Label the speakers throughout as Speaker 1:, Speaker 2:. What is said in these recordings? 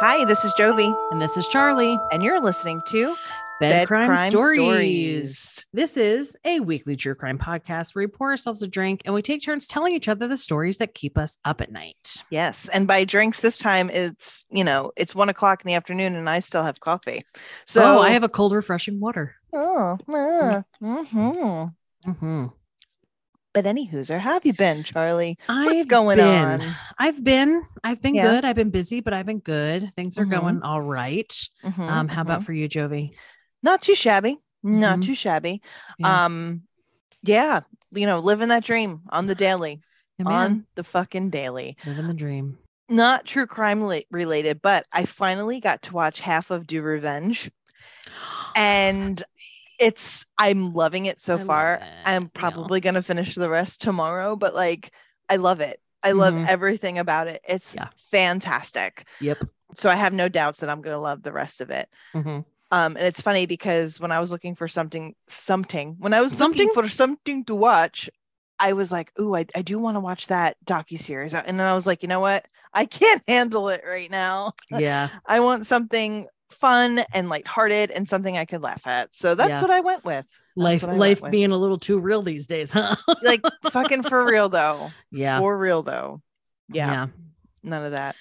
Speaker 1: Hi, this is Jovi,
Speaker 2: And this is Charlie,
Speaker 1: and you're listening to
Speaker 2: Bed, Crime, Stories. This is a weekly true crime podcast where we pour ourselves a drink and we take turns telling each other the stories that keep us up at night.
Speaker 1: Yes, and by drinks this time, it's you know it's one o'clock in the afternoon, and I still have coffee. So
Speaker 2: oh, I have Mm. a cold, refreshing water.
Speaker 1: Oh, uh, mhm.
Speaker 2: Mhm.
Speaker 1: But any whooser, how have you been, Charlie? What's
Speaker 2: I've
Speaker 1: going
Speaker 2: been-
Speaker 1: on?
Speaker 2: I've been, I've been
Speaker 1: Yeah.
Speaker 2: good. I've been busy, but I've been good. Things are
Speaker 1: Mhm.
Speaker 2: going all right.
Speaker 1: Mhm,
Speaker 2: Um, how about
Speaker 1: mhm.
Speaker 2: for you, Jovi?
Speaker 1: mm-hmm. not too shabby? Not
Speaker 2: Mhm.
Speaker 1: too shabby.
Speaker 2: Yeah.
Speaker 1: Um, yeah, you know, living that dream on the daily,
Speaker 2: Yeah,
Speaker 1: on the fucking daily.
Speaker 2: living the dream.
Speaker 1: Not true crime la- related, but I finally got to watch half of Do Revenge. and it's i'm loving it so
Speaker 2: I love
Speaker 1: far
Speaker 2: it,
Speaker 1: i'm
Speaker 2: yeah.
Speaker 1: probably going to finish the rest tomorrow but like i love it i love
Speaker 2: Mhm.
Speaker 1: everything about it it's
Speaker 2: Yeah.
Speaker 1: fantastic
Speaker 2: Yep.
Speaker 1: so i have no doubts that i'm going to love the rest of it
Speaker 2: Mhm.
Speaker 1: um and it's funny because when i was looking for something something when i was
Speaker 2: Something?
Speaker 1: looking for something to watch i was like ooh i, I do want to watch that docu-series and then i was like you know what i can't handle it right now
Speaker 2: Yeah.
Speaker 1: I want something fun and lighthearted and something I could laugh at. So that's
Speaker 2: Yeah.
Speaker 1: what I went with.
Speaker 2: Life,
Speaker 1: what I went
Speaker 2: life
Speaker 1: with.
Speaker 2: being a little too real these days, huh?
Speaker 1: Like fucking for real though.
Speaker 2: Yeah.
Speaker 1: For real though. Yeah, None of that.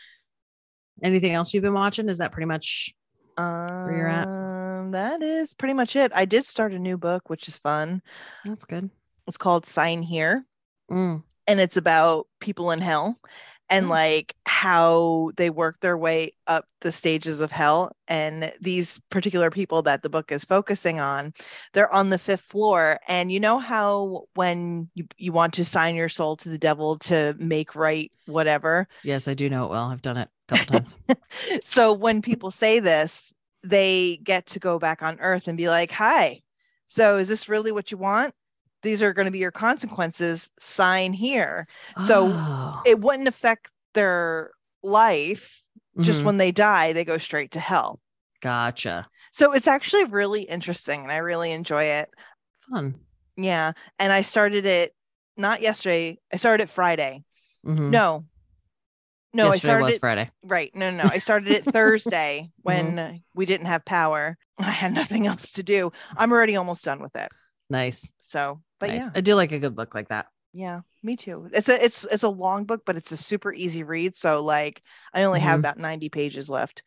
Speaker 2: Anything else you've been watching? Is that pretty much?
Speaker 1: Um,
Speaker 2: you're at?
Speaker 1: That is pretty much it. I did start a new book, which is fun.
Speaker 2: That's good.
Speaker 1: It's called Sign Here,
Speaker 2: Mm.
Speaker 1: and it's about people in hell and
Speaker 2: Mm.
Speaker 1: like how they work their way up the stages of hell. And these particular people that the book is focusing on they're on the fifth floor and you know how when you, you want to sign your soul to the devil to make right whatever
Speaker 2: Yes, I do know it well. I've done it a couple times.
Speaker 1: so when people say this they get to go back on earth and be like hi so is this really what you want these are going to be your consequences sign here So,
Speaker 2: Oh.
Speaker 1: it wouldn't affect their life just
Speaker 2: Mhm.
Speaker 1: when they die they go straight to hell
Speaker 2: gotcha.
Speaker 1: so it's actually really interesting and i really enjoy it
Speaker 2: Fun.
Speaker 1: Yeah. And I started it not yesterday. I started it Friday.
Speaker 2: Mhm.
Speaker 1: No. No,
Speaker 2: Yesterday
Speaker 1: I started
Speaker 2: was
Speaker 1: it
Speaker 2: Friday.
Speaker 1: right. No, no, no. I started it Thursday when
Speaker 2: Mm-hmm.
Speaker 1: uh, we didn't have power. I had nothing else to do. I'm already almost done with it.
Speaker 2: Nice.
Speaker 1: So, but
Speaker 2: nice.
Speaker 1: yeah.
Speaker 2: I do like a good book like that.
Speaker 1: Yeah, me too. It's a it's it's a long book, but it's a super easy read. So like I only have
Speaker 2: Mhm.
Speaker 1: about 90 pages left,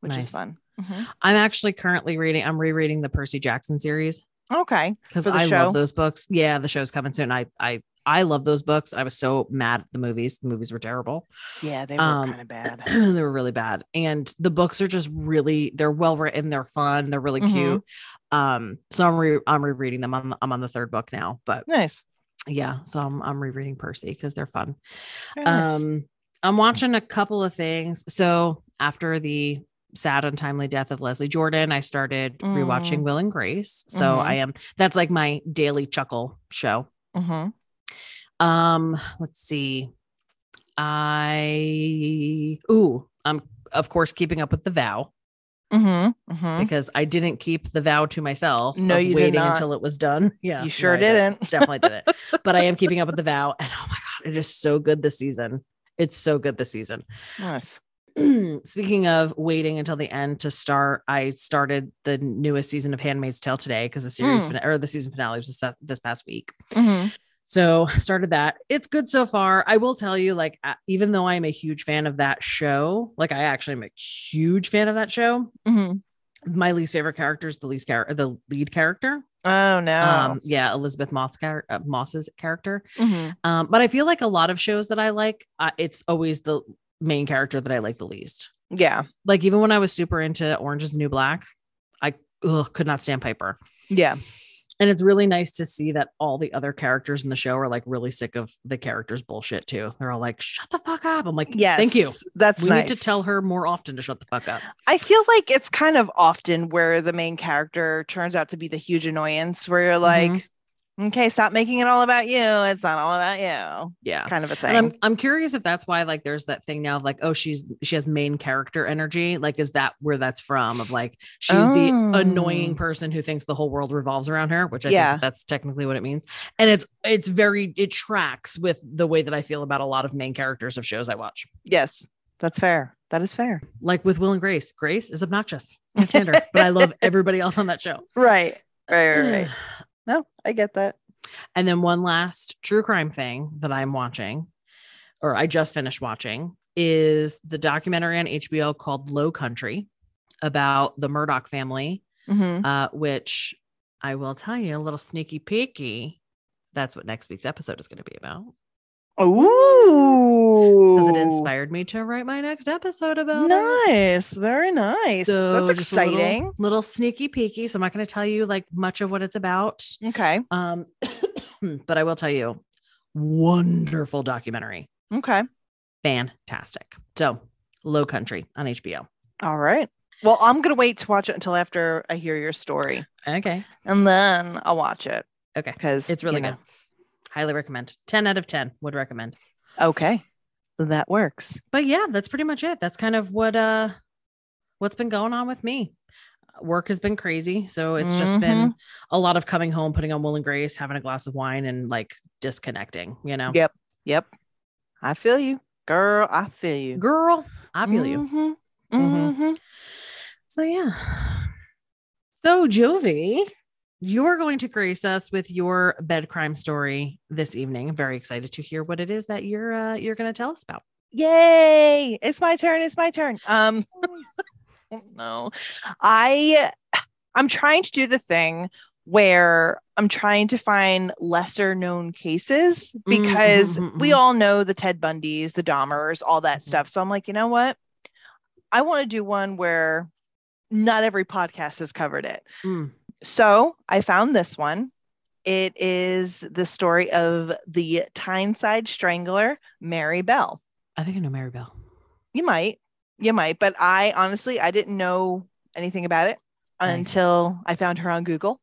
Speaker 1: which
Speaker 2: Nice.
Speaker 1: is fun. Mhm.
Speaker 2: I'm actually currently reading, I'm rereading the Percy Jackson series
Speaker 1: Okay.
Speaker 2: because
Speaker 1: For the
Speaker 2: I
Speaker 1: show?
Speaker 2: love those books. Yeah, the show's coming soon. I I I love those books. I was so mad at the movies. The movies were terrible.
Speaker 1: Yeah, they were
Speaker 2: Um,
Speaker 1: kind of bad.
Speaker 2: they were really bad. And the books are just really they're well written, they're fun, they're really
Speaker 1: Mhm.
Speaker 2: cute. Um, so I'm re- I'm rereading them. I'm I'm on the third book now, but
Speaker 1: Nice.
Speaker 2: yeah, so I'm I'm rereading Percy because they're fun.
Speaker 1: Very nice.
Speaker 2: Um, I'm watching a couple of things. So after the sad untimely death of Leslie Jordan, I started rewatching Will and Grace. So
Speaker 1: Mhm.
Speaker 2: I am that's like my daily chuckle show.
Speaker 1: Mhm.
Speaker 2: Um, let's see. I ooh, I'm of course keeping up with the vow
Speaker 1: Mhm. Mhm.
Speaker 2: because I didn't keep the vow to myself.
Speaker 1: No,
Speaker 2: of
Speaker 1: you did
Speaker 2: waiting
Speaker 1: not.
Speaker 2: until it was done. Yeah,
Speaker 1: You sure
Speaker 2: no, I didn't.
Speaker 1: didn't.
Speaker 2: Definitely didn't. But I am keeping up with the vow, and oh my god, it is so good this season. It's so good this season.
Speaker 1: Nice.
Speaker 2: Speaking of waiting until the end to start, I started the newest season of Handmaid's Tale today because the series
Speaker 1: Mm.
Speaker 2: fina- or the season finale was this, this past week.
Speaker 1: Mhm.
Speaker 2: So started that. It's good so far. I will tell you, like, uh, even though I'm a huge fan of that show, like I actually am a huge fan of that show.
Speaker 1: hmm
Speaker 2: My least favorite character is the least character, the lead character.
Speaker 1: Oh no.
Speaker 2: Um, yeah, Elizabeth Moss char- uh, Moss's character.
Speaker 1: Mhm.
Speaker 2: Um, but I feel like a lot of shows that I like, uh, it's always the main character that I like the least
Speaker 1: Yeah.
Speaker 2: like even when I was super into Orange is the New Black, I ugh, could not stand Piper.
Speaker 1: Yeah.
Speaker 2: And it's really nice to see that all the other characters in the show are like really sick of the characters' bullshit too. They're all like, "Shut the fuck up!" I'm like,
Speaker 1: Yes.
Speaker 2: thank you."
Speaker 1: That's
Speaker 2: we
Speaker 1: nice.
Speaker 2: need to tell her more often to shut the fuck up.
Speaker 1: I feel like it's kind of often where the main character turns out to be the huge annoyance where you're like,
Speaker 2: Mm-hmm.
Speaker 1: okay, stop making it all about you. It's not all about you.
Speaker 2: Yeah.
Speaker 1: Kind of a
Speaker 2: And I'm
Speaker 1: thing.
Speaker 2: I'm curious if that's why like there's that thing now of like oh she's she has main character energy like is that where that's from of like she's
Speaker 1: Oh.
Speaker 2: the annoying person who thinks the whole world revolves around her which I
Speaker 1: Yeah.
Speaker 2: think that that's technically what it means and it's it's very it tracks with the way that I feel about a lot of main characters of shows I watch
Speaker 1: Yes. That's fair. That is fair.
Speaker 2: Like with Will and Grace, Grace is obnoxious. I stand her, but I love everybody else on that show.
Speaker 1: Right. Right. Right. right. no, I get that.
Speaker 2: And then one last true crime thing that I'm watching, or I just finished watching, is the documentary on HBO called Low Country about the Murdoch family,
Speaker 1: Mhm.
Speaker 2: uh, which I will tell you a little sneaky peeky. That's what next week's episode is going to be about.
Speaker 1: Ooh.
Speaker 2: Because it inspired me to write my next episode about it.
Speaker 1: Nice. Very nice.
Speaker 2: So
Speaker 1: That's
Speaker 2: just a little-
Speaker 1: exciting.
Speaker 2: Little, sneaky peeky. So I'm not going to tell you like much of what it's about.
Speaker 1: Okay.
Speaker 2: Um, but I will tell you, wonderful documentary.
Speaker 1: Okay.
Speaker 2: Fantastic. So Low Country on HBO.
Speaker 1: All right. Well, I'm going to wait to watch it until after I hear your story
Speaker 2: Okay.
Speaker 1: and then I'll watch it.
Speaker 2: Okay.
Speaker 1: Because
Speaker 2: It's really good. Highly recommend. 10 out of 10 would recommend.
Speaker 1: Okay. That works.
Speaker 2: But yeah, that's pretty much it. That's kind of what uh what's been going on with me. Work has been crazy. So it's just been a lot of coming home, putting on wool and grace, having a glass of wine and like disconnecting, you know.
Speaker 1: Yep. Yep. I feel you. Girl, I feel you.
Speaker 2: Girl, I feel you.
Speaker 1: Mhm.
Speaker 2: Mhm.
Speaker 1: Mhm.
Speaker 2: So yeah. So Jovi, you're going to grace us with your bed crime story this evening. I'm very excited to hear what it is that you're uh, you're going to tell us about.
Speaker 1: Yay. It's my turn. It's my turn. Um oh, no. I I'm trying to do the thing where I'm trying to find lesser known cases because
Speaker 2: mhm,
Speaker 1: we
Speaker 2: mhm.
Speaker 1: all know the Ted Bundys, the Dahmers, all that
Speaker 2: Mhm.
Speaker 1: stuff. So I'm like, you know what? I want to do one where not every podcast has covered it.
Speaker 2: Mm.
Speaker 1: So I found this one. It is the story of the Tyneside Strangler, Mary Bell.
Speaker 2: I think I know Mary Bell.
Speaker 1: You might, you might, but I honestly I didn't know anything about it
Speaker 2: Nice.
Speaker 1: until I found her on Google,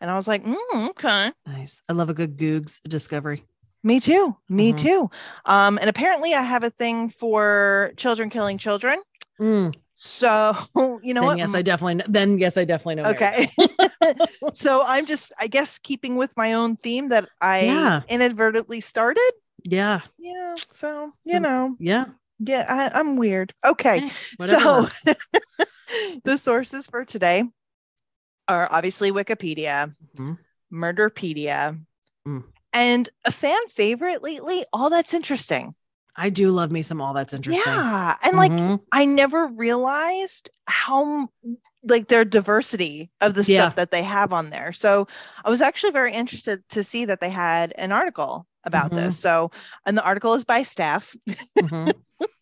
Speaker 1: and I was like, mm, okay,
Speaker 2: Nice. I love a good Googs discovery.
Speaker 1: me too, me
Speaker 2: Mhm.
Speaker 1: too. Um, and apparently I have a thing for children killing children.
Speaker 2: Mm.
Speaker 1: So you know
Speaker 2: then
Speaker 1: what?
Speaker 2: yes, I definitely. Know, then yes, I definitely know. Mary
Speaker 1: Okay.
Speaker 2: Bell.
Speaker 1: so I'm just, I guess, keeping with my own theme that I
Speaker 2: Yeah.
Speaker 1: inadvertently started.
Speaker 2: yeah.
Speaker 1: Yeah. So,
Speaker 2: So-
Speaker 1: you know,
Speaker 2: Yeah.
Speaker 1: yeah, I, I'm weird. Okay.
Speaker 2: Eh, whatever
Speaker 1: so-
Speaker 2: works.
Speaker 1: the sources for today are obviously Wikipedia,
Speaker 2: Mhm.
Speaker 1: Murderpedia,
Speaker 2: Mm.
Speaker 1: and a fan favorite lately. All that's interesting.
Speaker 2: I do love me some. All that's interesting.
Speaker 1: Yeah. And like,
Speaker 2: Mhm.
Speaker 1: I never realized how m- like their diversity of the
Speaker 2: Yeah.
Speaker 1: stuff that they have on there. So I was actually very interested to see that they had an article about
Speaker 2: Mhm.
Speaker 1: this. So and the article is by staff.
Speaker 2: Mhm.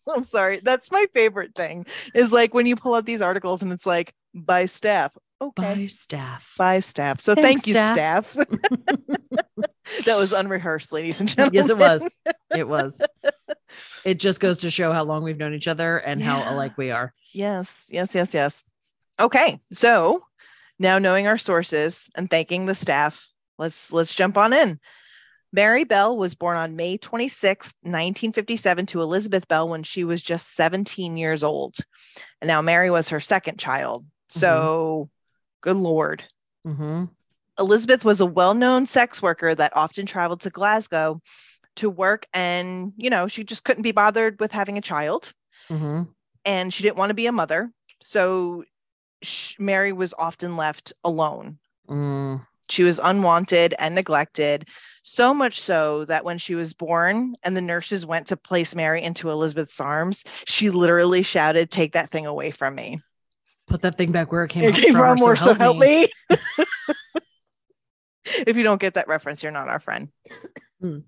Speaker 1: I'm sorry. That's my favorite thing is like when you pull up these articles and it's like by staff. Okay.
Speaker 2: By staff.
Speaker 1: By staff. So
Speaker 2: Thanks,
Speaker 1: thank you,
Speaker 2: staff.
Speaker 1: staff. that was unrehearsed, ladies and gentlemen.
Speaker 2: yes, it was. It was. It just goes to show how long we've known each other and
Speaker 1: Yeah.
Speaker 2: how alike we are.
Speaker 1: Yes, yes, yes, yes. Okay, so now knowing our sources and thanking the staff, let's let's jump on in. Mary Bell was born on May 26, 1957 to Elizabeth Bell when she was just 17 years old. And now Mary was her second child. So good lord.
Speaker 2: Mhm.
Speaker 1: Elizabeth was a well-known sex worker that often traveled to Glasgow to work and, you know, she just couldn't be bothered with having a child
Speaker 2: Mhm.
Speaker 1: and she didn't want to be a mother. So sh- Mary was often left alone.
Speaker 2: Mm.
Speaker 1: She was unwanted and neglected, so much so that when she was born and the nurses went to place Mary into Elizabeth's arms, she literally shouted, Take that thing away from me.
Speaker 2: Put that thing back where it came,
Speaker 1: It came from,
Speaker 2: or
Speaker 1: or so help me. if you don't get that reference, you're not our friend.
Speaker 2: Hmm.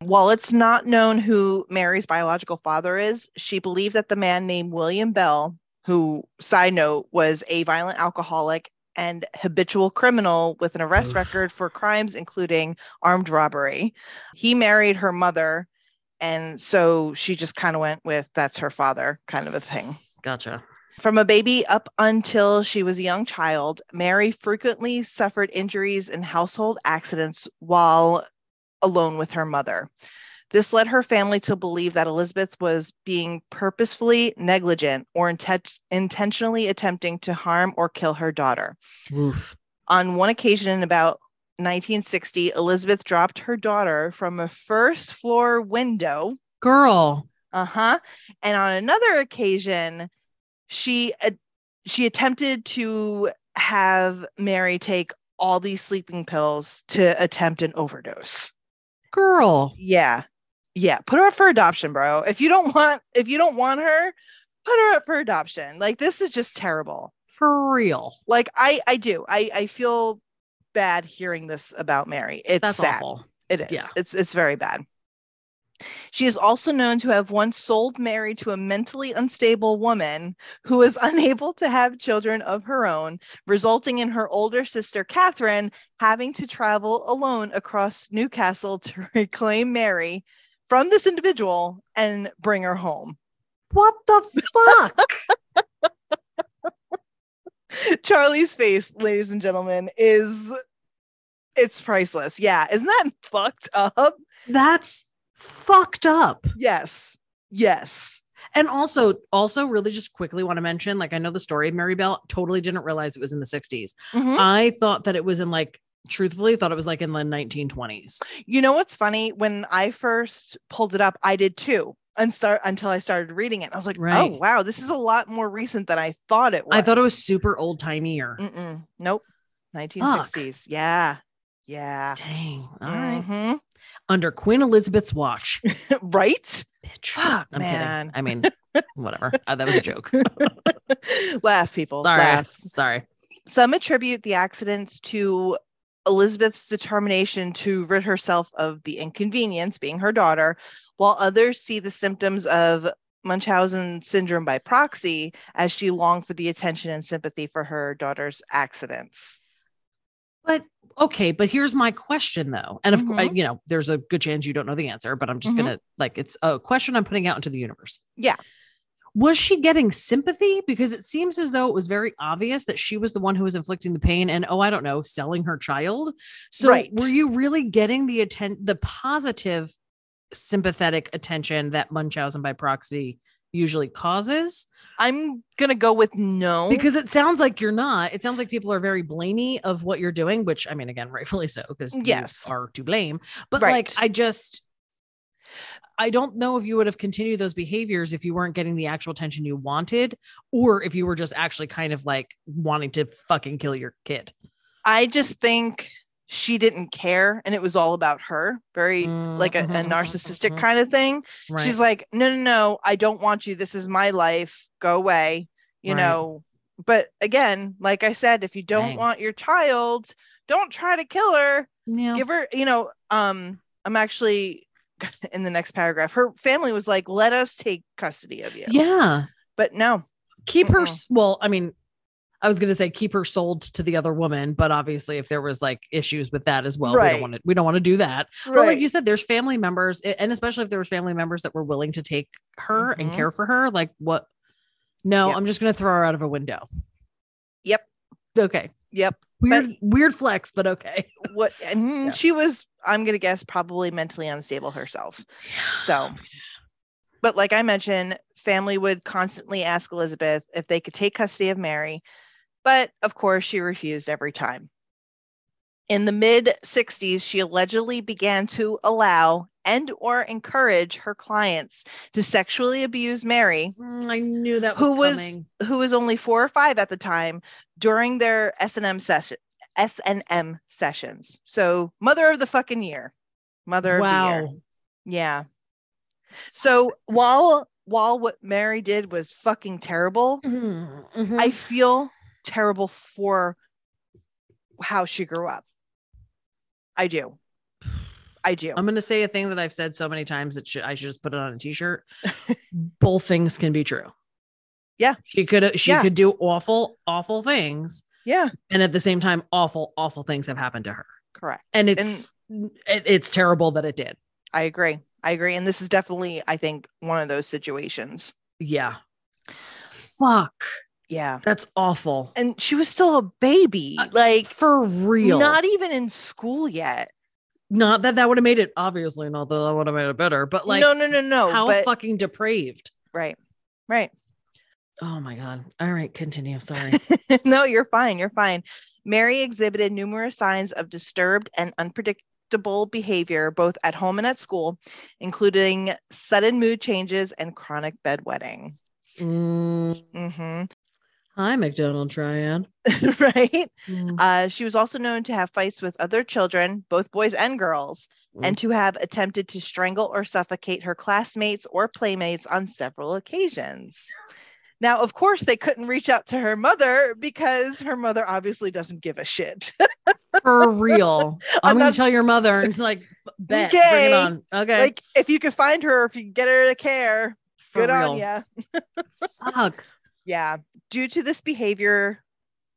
Speaker 1: While it's not known who Mary's biological father is, she believed that the man named William Bell, who, side note, was a violent alcoholic and habitual criminal with an arrest
Speaker 2: Oof.
Speaker 1: record for crimes including armed robbery, he married her mother. And so she just kind of went with that's her father kind of a thing.
Speaker 2: Gotcha.
Speaker 1: From a baby up until she was a young child, Mary frequently suffered injuries in household accidents while alone with her mother. This led her family to believe that Elizabeth was being purposefully negligent or inten- intentionally attempting to harm or kill her daughter.
Speaker 2: Woof.
Speaker 1: On one occasion in about 1960, Elizabeth dropped her daughter from a first floor window.
Speaker 2: Girl.
Speaker 1: uh-huh and on another occasion she uh, she attempted to have mary take all these sleeping pills to attempt an overdose
Speaker 2: Girl.
Speaker 1: yeah yeah put her up for adoption bro if you don't want if you don't want her put her up for adoption like this is just terrible
Speaker 2: For real.
Speaker 1: like i i do i i feel bad hearing this about mary it's
Speaker 2: That's
Speaker 1: sad
Speaker 2: awful.
Speaker 1: it is
Speaker 2: Yeah.
Speaker 1: it's it's very bad she is also known to have once sold mary to a mentally unstable woman who was unable to have children of her own resulting in her older sister catherine having to travel alone across newcastle to reclaim mary from this individual and bring her home
Speaker 2: What the fuck?
Speaker 1: charlie's face ladies and gentlemen is it's priceless yeah isn't that fucked up
Speaker 2: That's fucked up.
Speaker 1: Yes. Yes.
Speaker 2: And also, also really just quickly want to mention, like I know the story of Mary Bell, totally didn't realize it was in the 60s.
Speaker 1: Mhm.
Speaker 2: I thought that it was in like truthfully thought it was like in the 1920s.
Speaker 1: You know what's funny? When I first pulled it up, I did too. And start until I started reading it. I was like,
Speaker 2: Right.
Speaker 1: oh wow, this is a lot more recent than I thought it was. Mm,
Speaker 2: I thought it was super old timey or
Speaker 1: Mm-mm. Nope. 1960s. Yeah. Yeah.
Speaker 2: dang. All right.
Speaker 1: Mhm.
Speaker 2: Under Queen Elizabeth's watch.
Speaker 1: Right?
Speaker 2: Bitch.
Speaker 1: Fuck,
Speaker 2: I'm
Speaker 1: man.
Speaker 2: kidding. I mean, whatever. Uh, that was a joke.
Speaker 1: Laugh, people.
Speaker 2: Sorry.
Speaker 1: Laugh.
Speaker 2: Sorry.
Speaker 1: Some attribute the accidents to Elizabeth's determination to rid herself of the inconvenience, being her daughter, while others see the symptoms of Munchausen syndrome by proxy as she longed for the attention and sympathy for her daughter's accidents.
Speaker 2: But okay, but here's my question though. And of course,
Speaker 1: Mhm.
Speaker 2: you know, there's a good chance you don't know the answer, but I'm just
Speaker 1: Mhm.
Speaker 2: gonna like it's a question I'm putting out into the universe.
Speaker 1: Yeah.
Speaker 2: Was she getting sympathy? Because it seems as though it was very obvious that she was the one who was inflicting the pain and oh, I don't know, selling her child. So
Speaker 1: Right.
Speaker 2: were you really getting the atten- the positive sympathetic attention that Munchausen by proxy usually causes?
Speaker 1: I'm going to go with no.
Speaker 2: Because it sounds like you're not. It sounds like people are very blamey of what you're doing, which I mean, again, rightfully so, because
Speaker 1: Yes.
Speaker 2: you are to blame. But like,
Speaker 1: Right.
Speaker 2: I just, I don't know if you would have continued those behaviors if you weren't getting the actual attention you wanted, or if you were just actually kind of like wanting to fucking kill your kid.
Speaker 1: I just think she didn't care and it was all about her, very like a, a
Speaker 2: Mhm,
Speaker 1: narcissistic
Speaker 2: mhm,
Speaker 1: kind of thing.
Speaker 2: Right.
Speaker 1: She's like, no, no, no, I don't want you. This is my life. Go away. You
Speaker 2: Right.
Speaker 1: know, but again, like I said, if you don't
Speaker 2: Dang.
Speaker 1: want your child, don't try to kill her.
Speaker 2: yeah.
Speaker 1: Give her, you know, um, I'm actually in the next paragraph. Her family was like, let us take custody of you.
Speaker 2: yeah.
Speaker 1: But no,
Speaker 2: Keep her.
Speaker 1: Mm-mm.
Speaker 2: s- Well, I mean, I was going to say keep her sold to the other woman, but obviously, if there was like issues with that as well, we
Speaker 1: Right.
Speaker 2: don't want to. We don't want to do that.
Speaker 1: right.
Speaker 2: But like you said, there's family members, a- and especially if there was family members that were willing to take her and
Speaker 1: Mhm.
Speaker 2: care for her, like what? No,
Speaker 1: Yep.
Speaker 2: I'm just gonna throw her out of a window.
Speaker 1: Yep.
Speaker 2: Okay.
Speaker 1: yep.
Speaker 2: Weird, weird flex, but okay.
Speaker 1: What and
Speaker 2: Yeah.
Speaker 1: she was, I'm gonna guess, probably mentally unstable herself. So, but like I mentioned, family would constantly ask Elizabeth if they could take custody of Mary, but of course she refused every time. In the mid 60s, she allegedly began to allow and or encourage her clients to sexually abuse Mary,
Speaker 2: Mm, I knew that was
Speaker 1: Who was-
Speaker 2: coming.
Speaker 1: who was only 4 or 5 at the time, during their S&M session S&M sessions. So, mother of the fucking year. Mother of the year.
Speaker 2: Wow.
Speaker 1: Yeah. So while while what Mary did was fucking terrible,
Speaker 2: Mhm, mhm.
Speaker 1: I feel terrible for how she grew up. I do. I do.
Speaker 2: I'm gonna say a thing that I've said so many times that should, I should just put it on a t-shirt. Both things can be true.
Speaker 1: Yeah.
Speaker 2: She could she
Speaker 1: Yeah.
Speaker 2: could do awful, awful things,
Speaker 1: yeah,
Speaker 2: and at the same time, awful, awful things have happened to her.
Speaker 1: correct.
Speaker 2: and it's it, it's terrible that it did
Speaker 1: I agree. I agree. And this is definitely, I think, one of those situations.
Speaker 2: yeah fuck
Speaker 1: Yeah.
Speaker 2: that's awful
Speaker 1: And she was still a baby, like
Speaker 2: Uh, for real not,
Speaker 1: not e- even in school yet.
Speaker 2: that that would have made it obviously not that that would have made it better but like
Speaker 1: no, no, no, no.
Speaker 2: how
Speaker 1: but
Speaker 2: fucking depraved
Speaker 1: right, right.
Speaker 2: oh my god all right continue sorry
Speaker 1: no, you're fine. You're fine. Mary exhibited numerous signs of disturbed and unpredict- unpredictable behavior both at home and at school, including sudden mood changes and chronic bedwetting.
Speaker 2: Mm.
Speaker 1: hmm
Speaker 2: Hi, McDonald Triad.
Speaker 1: right?
Speaker 2: Mm.
Speaker 1: Uh, she was also known to have fights with other children, both boys and girls, and to have attempted to strangle or suffocate her classmates or playmates on several occasions. Now, of course, they couldn't reach out to her mother because her mother obviously doesn't give a shit.
Speaker 2: For real. I'm,
Speaker 1: I'm
Speaker 2: going
Speaker 1: not-
Speaker 2: to tell your mother. And it's like, f- bet. Bring it
Speaker 1: Okay.
Speaker 2: on. Okay.
Speaker 1: like, if you could find her, if you could get her to care,
Speaker 2: For
Speaker 1: good
Speaker 2: real.
Speaker 1: on ya.
Speaker 2: Fuck.
Speaker 1: Yeah. Due to this behavior,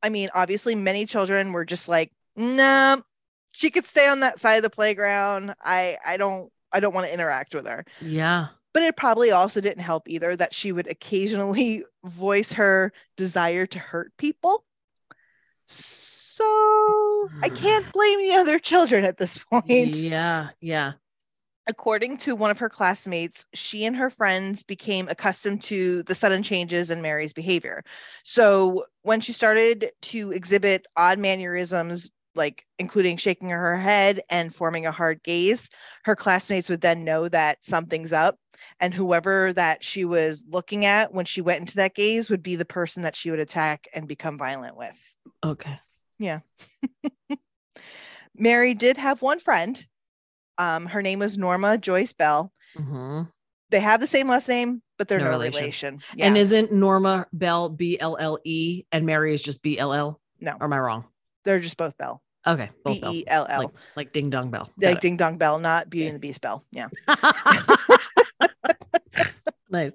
Speaker 1: I mean, obviously, many children were just like, nah, she could stay on that side of the playground. I, I don't, I don't want to interact with her.
Speaker 2: Yeah.
Speaker 1: But it probably also didn't help either that she would occasionally voice her desire to hurt people. So I can't blame the other children at this point.
Speaker 2: Yeah. Yeah.
Speaker 1: According to one of her classmates, she and her friends became accustomed to the sudden changes in Mary's behavior. So when she started to exhibit odd mannerisms, like including shaking her head and forming a hard gaze, her classmates would then know that something's up. And whoever that she was looking at when she went into that gaze would be the person that she would attack and become violent with.
Speaker 2: Okay.
Speaker 1: Mary did have one friend. Um, her name was Norma Joyce Bell.
Speaker 2: hmm
Speaker 1: they have the same last name, but they're
Speaker 2: No
Speaker 1: no,
Speaker 2: relation.
Speaker 1: relation. Yeah.
Speaker 2: And isn't Norma Bell B L L E and Mary is just B L L?
Speaker 1: No.
Speaker 2: Or am I wrong?
Speaker 1: they're just both Bell.
Speaker 2: Okay.
Speaker 1: B
Speaker 2: Both Bell.
Speaker 1: E L
Speaker 2: Like,
Speaker 1: L.
Speaker 2: like Ding Dong Bell. Got
Speaker 1: Like Ding Dong Bell, not Beauty and the Beast Bell. Yeah.
Speaker 2: it. nice.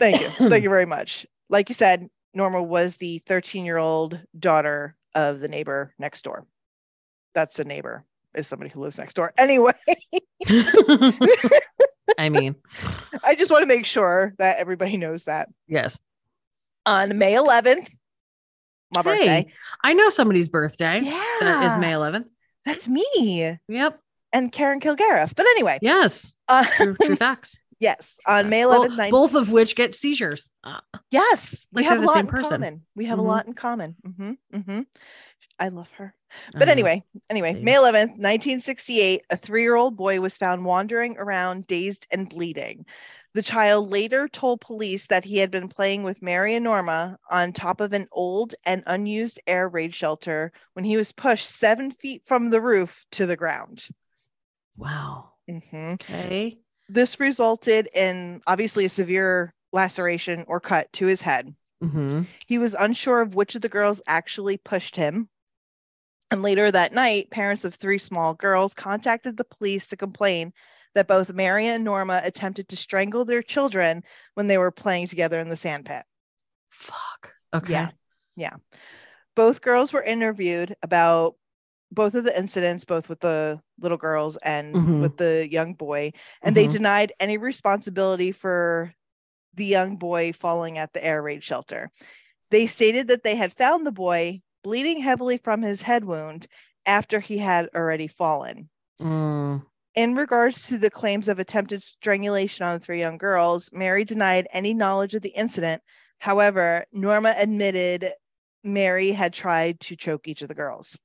Speaker 1: Thank you. Thank you very much. Like you said, Norma was the 13 year old daughter of the neighbor next door. That's a neighbor, is somebody who lives next door. Anyway,
Speaker 2: I mean,
Speaker 1: I just want to make sure that everybody knows that.
Speaker 2: yes.
Speaker 1: On May 11th, my birthday.
Speaker 2: Hey, I know somebody's birthday.
Speaker 1: Yeah.
Speaker 2: That is May 11th.
Speaker 1: That's me
Speaker 2: Yep.
Speaker 1: and Karen Kilgariff. But anyway,
Speaker 2: Yes.
Speaker 1: uh,
Speaker 2: True, true facts.
Speaker 1: yes, on May
Speaker 2: Well,
Speaker 1: 11th, 19th.
Speaker 2: both of which get seizures. Uh,
Speaker 1: Yes, we
Speaker 2: Like they're
Speaker 1: have a
Speaker 2: the
Speaker 1: lot
Speaker 2: same
Speaker 1: in
Speaker 2: person.
Speaker 1: common. We have
Speaker 2: Mhm.
Speaker 1: a lot in common. hmm hmm I love her.
Speaker 2: I
Speaker 1: But
Speaker 2: know.
Speaker 1: anyway, anyway,
Speaker 2: Uh-huh. Same.
Speaker 1: May 11th, 1968, a three year old boy was found wandering around dazed and bleeding. The child later told police that he had been playing with Mary and Norma on top of an old and unused air raid shelter when he was pushed seven feet from the roof to the ground.
Speaker 2: Wow.
Speaker 1: hmm
Speaker 2: Okay.
Speaker 1: This resulted in obviously a severe laceration or cut to his head.
Speaker 2: Mm-hmm.
Speaker 1: He was unsure of which of the girls actually pushed him. And later that night, parents of three small girls contacted the police to complain that both Mary and Norma attempted to strangle their children when they were playing together in the sandpit.
Speaker 2: Fuck. Okay.
Speaker 1: Yeah. Yeah. Both girls were interviewed about both of the incidents, both with the little girls and
Speaker 2: Mhm.
Speaker 1: with the young boy, and
Speaker 2: Mhm.
Speaker 1: they denied any responsibility for the young boy falling at the air raid shelter. They stated that they had found the boy bleeding heavily from his head wound after he had already fallen
Speaker 2: Mm.
Speaker 1: in regards to the claims of attempted strangulation on the three young girls, Mary denied any knowledge of the incident. However, Norma admitted Mary had tried to choke each of the girls.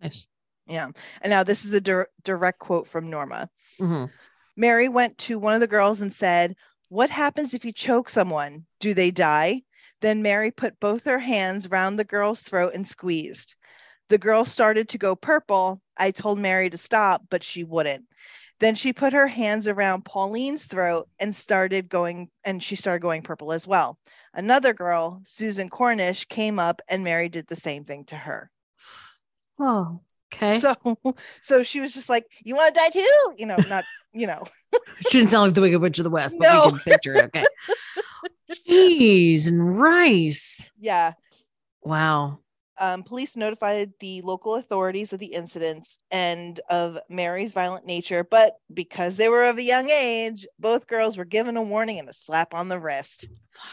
Speaker 2: Nice.
Speaker 1: Yeah. And now this is a dir- direct quote from Norma.
Speaker 2: Mhm.
Speaker 1: Mary went to one of the girls and said, What happens if you choke someone? Do they die? Then Mary put both her hands round the girl's throat and squeezed. The girl started to go purple. I told Mary to stop, but she wouldn't. Then she put her hands around Pauline's throat and started going, and she started going purple as well. Another girl, Susan Cornish, came up and Mary did the same thing to her.
Speaker 2: Oh. Okay.
Speaker 1: So, so she was just like, You want to die too? You know, not, you know.
Speaker 2: Shouldn't sound like the Wicked Witch of the West, but
Speaker 1: No.
Speaker 2: we can picture it. Okay. Cheese and rice.
Speaker 1: Yeah.
Speaker 2: Wow.
Speaker 1: um, police notified the local authorities of the incidents and of Mary's violent nature, but because they were of a young age, both girls were given a warning and a slap on the wrist.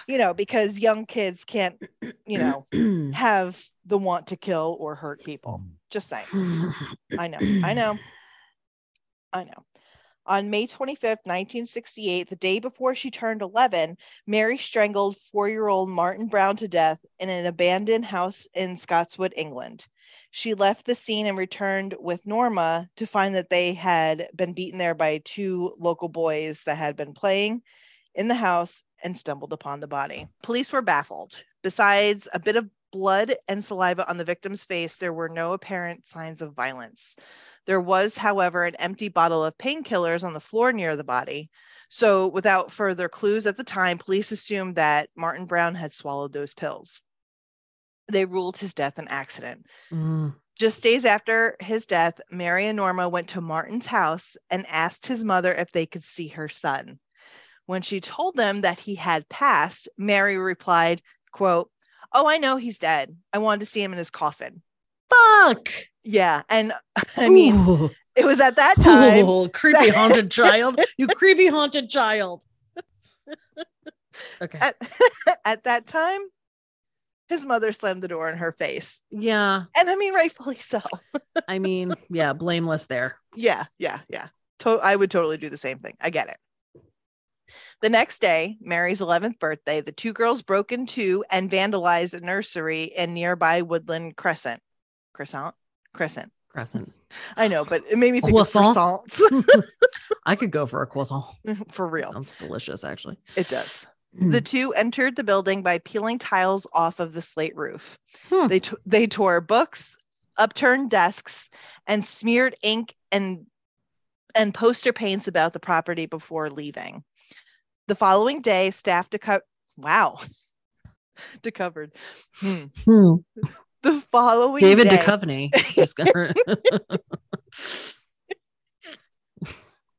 Speaker 1: You know, because young kids can't, you know, have the want to kill or hurt
Speaker 2: Um,
Speaker 1: people. Just saying. I know. I know. I know. On May 25th, 1968, the day before she turned 11, Mary strangled four year old Martin Brown to death in an abandoned house in Scotswood, England. She left the scene and returned with Norma to find that they had been beaten there by two local boys that had been playing in the house and stumbled upon the body. Police were baffled. Besides a bit of blood and saliva on the victim's face, there were no apparent signs of violence. There was, however, an empty bottle of painkillers on the floor near the body. So, without further clues at the time, police assumed that Martin Brown had swallowed those pills. They ruled his death an accident.
Speaker 2: Mm.
Speaker 1: Just days after his death, Mary and Norma went to Martin's house and asked his mother if they could see her son. When she told them that he had passed, Mary replied, quote, Oh, I know he's dead. I wanted to see him in his coffin.
Speaker 2: Fuck.
Speaker 1: Yeah. And I mean,
Speaker 2: Ooh.
Speaker 1: it was at that time.
Speaker 2: Ooh, creepy haunted child. You creepy haunted child. Okay.
Speaker 1: At, at that time, his mother slammed the door in her face.
Speaker 2: yeah.
Speaker 1: And I mean, rightfully so.
Speaker 2: I mean, yeah, blameless there.
Speaker 1: Yeah, yeah, yeah. To- I would totally do the same thing. I get it. The next day, Mary's 11th birthday, the two girls broke into and vandalized a nursery in nearby Woodland Crescent. Crescent? Crescent.
Speaker 2: Crescent.
Speaker 1: I know, but it made me think
Speaker 2: Croissant?
Speaker 1: of croissants.
Speaker 2: I could go for a croissant.
Speaker 1: For real,
Speaker 2: Sounds delicious, actually.
Speaker 1: it does. The two entered the building by peeling tiles off of the slate roof.
Speaker 2: Hmm.
Speaker 1: They t- they tore books, upturned desks, and smeared ink and and poster paints about the property before leaving. The following day, staff deco- wow, decovered. Hmm.
Speaker 2: Hmm.
Speaker 1: The following
Speaker 2: David
Speaker 1: day,
Speaker 2: Duchovny. discovered-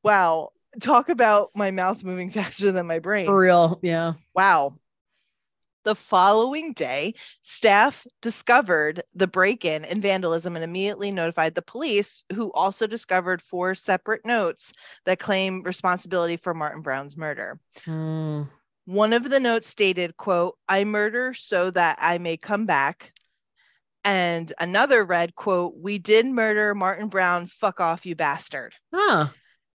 Speaker 1: wow, talk about my mouth moving faster than my brain.
Speaker 2: for real. Yeah.
Speaker 1: Wow. The following day, staff discovered the break in and vandalism and immediately notified the police, who also discovered four separate notes that claim responsibility for Martin Brown's murder.
Speaker 2: Hmm.
Speaker 1: One of the notes stated, quote, I murder so that I may come back. And another read, quote, We did murder Martin Brown. Fuck off, you bastard.
Speaker 2: Huh.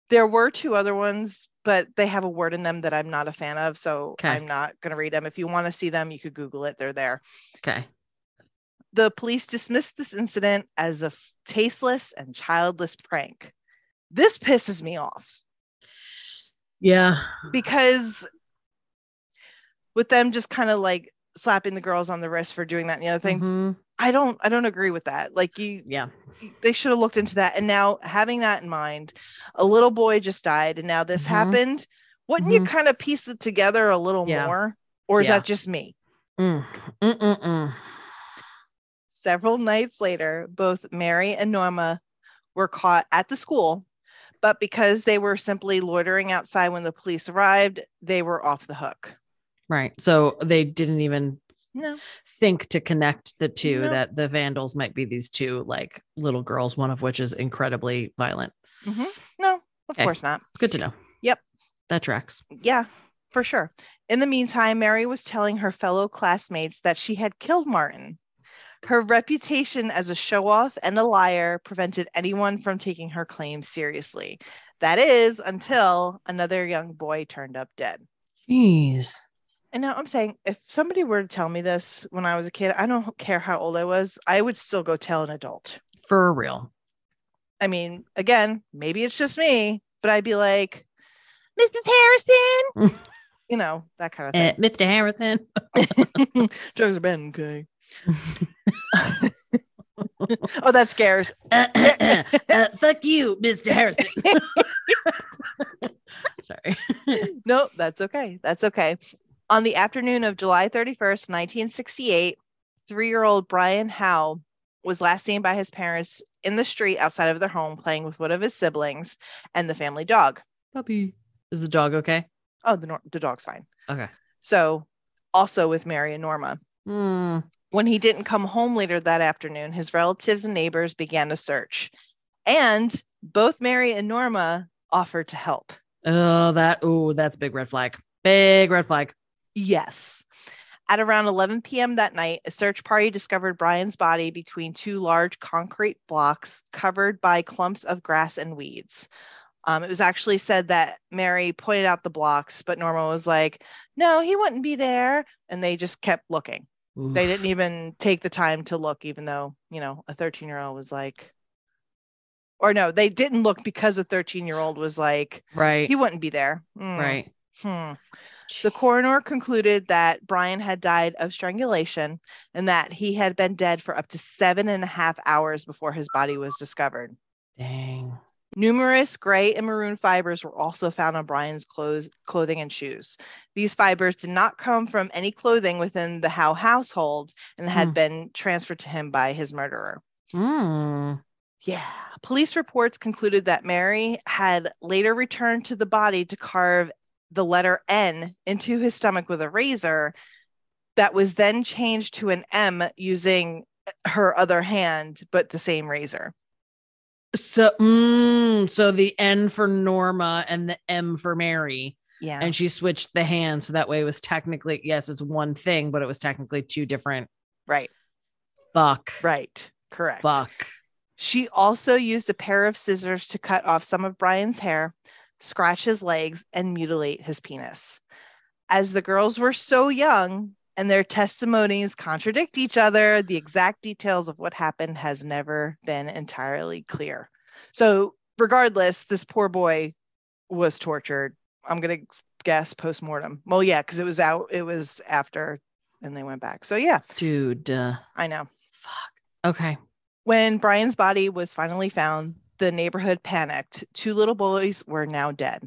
Speaker 1: There were two other ones, but they have a word in them that I'm not a fan of, so
Speaker 2: Okay.
Speaker 1: I'm not going to read them. If you want to see them, you could Google it. They're there.
Speaker 2: Okay.
Speaker 1: The police dismissed this incident as a f- tasteless and childless prank. This pisses me off
Speaker 2: Yeah.
Speaker 1: because with them just kind of like slapping the girls on the wrist for doing that and the other thing,
Speaker 2: Mhm.
Speaker 1: I don't I don't agree with that. Like you
Speaker 2: Yeah.
Speaker 1: they should have looked into that. And now, having that in mind, a little boy just died, and now this
Speaker 2: Mhm.
Speaker 1: happened. Wouldn't you
Speaker 2: Mhm.
Speaker 1: kind of piece it together a little
Speaker 2: Yeah.
Speaker 1: more? Or is
Speaker 2: Yeah.
Speaker 1: that just me?
Speaker 2: Mm. Mm, mm, mm.
Speaker 1: Several nights later, both Mary and Norma were caught at the school, but because they were simply loitering outside when the police arrived, they were off the hook.
Speaker 2: Right. So they didn't even
Speaker 1: No,
Speaker 2: think to connect the two
Speaker 1: No.
Speaker 2: that the vandals might be these two like little girls, one of which is incredibly violent.
Speaker 1: Mhm. no, of
Speaker 2: Okay.
Speaker 1: course not.
Speaker 2: Good to know.
Speaker 1: Yep.
Speaker 2: That tracks.
Speaker 1: Yeah, for sure. In the meantime, Mary was telling her fellow classmates that she had killed Martin. Her reputation as a show off and a liar prevented anyone from taking her claim seriously. That is until another young boy turned up dead.
Speaker 2: Jeez.
Speaker 1: And now I'm saying, if somebody were to tell me this when I was a kid, I don't care how old I was, I would still go tell an adult.
Speaker 2: For real.
Speaker 1: I mean, again, maybe it's just me, but I'd be like, Mrs. Harrison, you know, that kind of thing.
Speaker 2: Eh, Mr. Harrison.
Speaker 1: Jokes are bad, okay. oh, that scares.
Speaker 2: Uh, uh, uh, uh, fuck you, Mr. Harrison. Sorry.
Speaker 1: Nope, that's okay. That's okay. On the afternoon of July 31st, 1968, three year old Brian Howe was last seen by his parents in the street outside of their home playing with one of his siblings and the family dog.
Speaker 2: Puppy. Is the dog okay?
Speaker 1: Oh, the, nor- the dog's fine.
Speaker 2: Okay.
Speaker 1: So, also with Mary and Norma.
Speaker 2: Mm.
Speaker 1: When he didn't come home later that afternoon, his relatives and neighbors began a search. And both Mary and Norma offered to help.
Speaker 2: Oh, that. Oh, that's a big red flag. Big red flag.
Speaker 1: Yes. At around 11 p.m. that night, a search party discovered Brian's body between two large concrete blocks covered by clumps of grass and weeds. Um, it was actually said that Mary pointed out the blocks, but Norma was like, no, he wouldn't be there. And they just kept looking. They didn't even take the time to look, even though, you know, a 13 year old was like, or no, they didn't look because a 13 year old was like,
Speaker 2: right
Speaker 1: he wouldn't be there. Mm,
Speaker 2: right
Speaker 1: hmm. The coroner concluded that Brian had died of strangulation and that he had been dead for up to seven and a half hours before his body was discovered.
Speaker 2: dang
Speaker 1: Numerous gray and maroon fibers were also found on Brian's clothes, clothing and shoes. These fibers did not come from any clothing within the Howe household and had
Speaker 2: Hmm.
Speaker 1: been transferred to him by his murderer.
Speaker 2: mm.
Speaker 1: Yeah. Police reports concluded that Mary had later returned to the body to carve the letter N into his stomach with a razor that was then changed to an M using her other hand, but the same razor.
Speaker 2: so mm, so the n for norma and the m for mary
Speaker 1: Yeah.
Speaker 2: and she switched the hand so that way it was technically yes it's one thing but it was technically two different
Speaker 1: right.
Speaker 2: fuck
Speaker 1: Right. Correct.
Speaker 2: fuck
Speaker 1: She also used a pair of scissors to cut off some of Brian's hair, scratch his legs, and mutilate his penis. As the girls were so young and their testimonies contradict each other, the exact details of what happened has never been entirely clear. So, regardless, this poor boy was tortured. I'm going to guess post mortem. Well, yeah, because it was out, it was after, and they went back. So, yeah,
Speaker 2: dude uh,
Speaker 1: I know.
Speaker 2: fuck okay
Speaker 1: When Brian's body was finally found, the neighborhood panicked. Two little boys were now dead.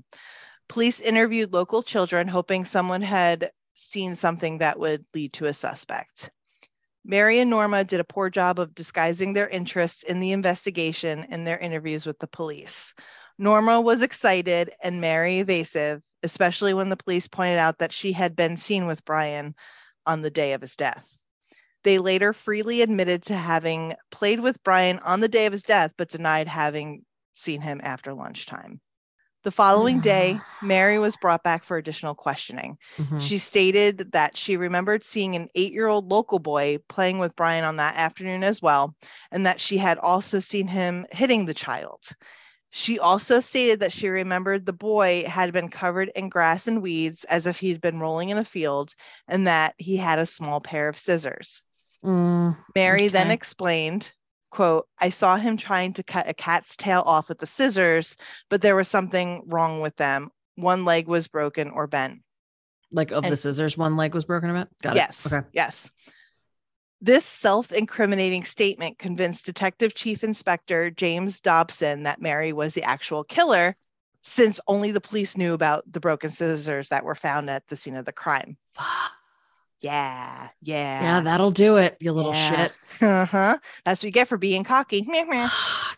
Speaker 1: Police interviewed local children, hoping someone had seen something that would lead to a suspect. Mary and Norma did a poor job of disguising their interests in the investigation in their interviews with the police. Norma was excited and Mary evasive, especially when the police pointed out that she had been seen with Brian on the day of his death. They later freely admitted to having played with Brian on the day of his death, but denied having seen him after lunchtime. The following day, Mary was brought back for additional questioning.
Speaker 2: Mhm.
Speaker 1: She stated that she remembered seeing an eight year old local boy playing with Brian on that afternoon as well, and that she had also seen him hitting the child. She also stated that she remembered the boy had been covered in grass and weeds as if he'd been rolling in a field, and that he had a small pair of scissors.
Speaker 2: Mm.
Speaker 1: Mary then
Speaker 2: Okay.
Speaker 1: explained, quote, I saw him trying to cut a cat's tail off with the scissors, but there was something wrong with them. One leg was broken or bent.
Speaker 2: like of the
Speaker 1: And-
Speaker 2: scissors one leg was broken about got
Speaker 1: yes.
Speaker 2: it okay
Speaker 1: Yes. This self incriminating statement convinced Detective Chief Inspector James Dobson that Mary was the actual killer, since only the police knew about the broken scissors that were found at the scene of the crime.
Speaker 2: Fuck.
Speaker 1: Yeah. Yeah.
Speaker 2: yeah that'll do it you little
Speaker 1: Yeah.
Speaker 2: shit
Speaker 1: Uh huh. That's what you get for being cocky. Meh, meh.
Speaker 2: Fuck.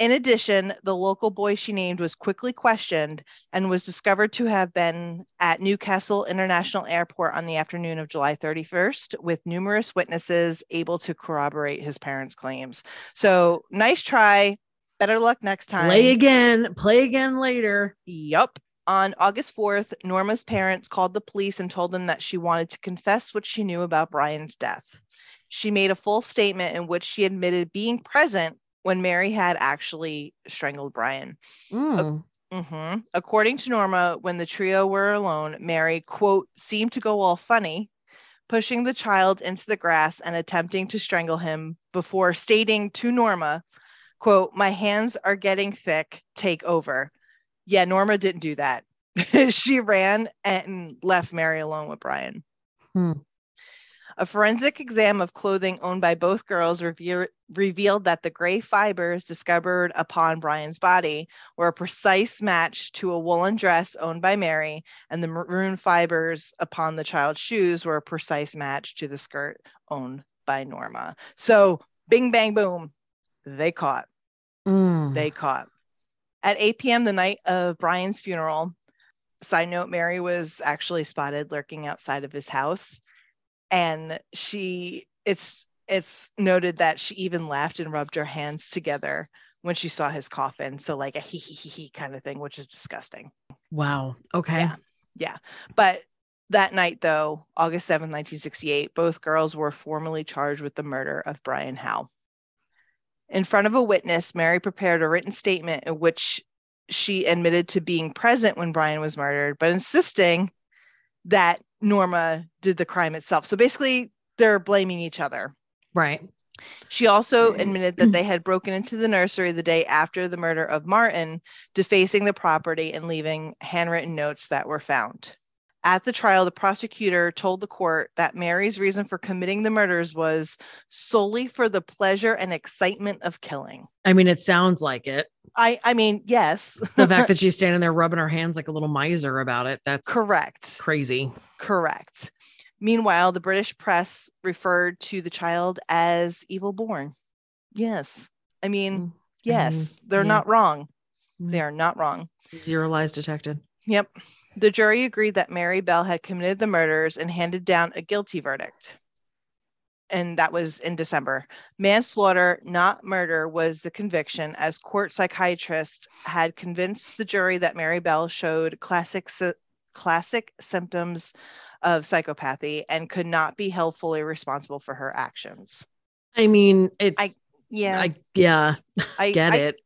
Speaker 1: In addition, the local boy she named was quickly questioned and was discovered to have been at Newcastle International Airport on the afternoon of July 31st, with numerous witnesses able to corroborate his parents' claims. So, nice try. Better luck next time.
Speaker 2: play again play again later
Speaker 1: Yup. On August 4th, Norma's parents called the police and told them that she wanted to confess what she knew about Brian's death. She made a full statement in which she admitted being present when Mary had actually strangled Brian.
Speaker 2: Mm.
Speaker 1: hmm According to Norma, when the trio were alone, Mary, quote, seemed to go all funny, pushing the child into the grass and attempting to strangle him before stating to Norma, quote, my hands are getting thick, take over. Yeah, Norma didn't do that. she ran and left Mary alone with Brian.
Speaker 2: Hmm.
Speaker 1: A forensic exam of clothing owned by both girls revere- revealed that the gray fibers discovered upon Brian's body were a precise match to a woolen dress owned by Mary, and the maroon fibers upon the child's shoes were a precise match to the skirt owned by Norma. So, bing, bang, boom, they caught.
Speaker 2: Mm.
Speaker 1: They caught. At 8 p.m., the night of Brian's funeral, side note, Mary was actually spotted lurking outside of his house. And she, it's, it's noted that she even laughed and rubbed her hands together when she saw his coffin. So, like a hee hee hee hee kind of thing, which is disgusting.
Speaker 2: wow okay
Speaker 1: Yeah. But that night, though, August 7, 1968, both girls were formally charged with the murder of Brian Howe. In front of a witness, Mary prepared a written statement in which she admitted to being present when Brian was murdered, but insisting that Norma did the crime itself. So basically, they're blaming each other.
Speaker 2: Right.
Speaker 1: She also admitted that they had broken into the nursery the day after the murder of Martin, defacing the property and leaving handwritten notes that were found. At the trial, the prosecutor told the court that Mary's reason for committing the murders was solely for the pleasure and excitement of killing.
Speaker 2: I mean, it sounds like it.
Speaker 1: I, I mean, yes,
Speaker 2: The fact that she's standing there rubbing her hands like a little miser about it, that's
Speaker 1: correct.
Speaker 2: crazy.
Speaker 1: Correct. Meanwhile, the British press referred to the child as evil born. Yes. I mean,
Speaker 2: Mm,
Speaker 1: yes, they're
Speaker 2: yeah.
Speaker 1: not wrong. They
Speaker 2: Mm.
Speaker 1: are not wrong.
Speaker 2: Zero lies detected.
Speaker 1: Yep. The jury agreed that Mary Bell had committed the murders and handed down a guilty verdict. And that was in December. Manslaughter, not murder, was the conviction, as court psychiatrists had convinced the jury that Mary Bell showed classic, sy- classic symptoms of psychopathy and could not be held fully responsible for her actions.
Speaker 2: I mean, it's
Speaker 1: Yeah,
Speaker 2: I yeah,
Speaker 1: I
Speaker 2: get
Speaker 1: I-
Speaker 2: it.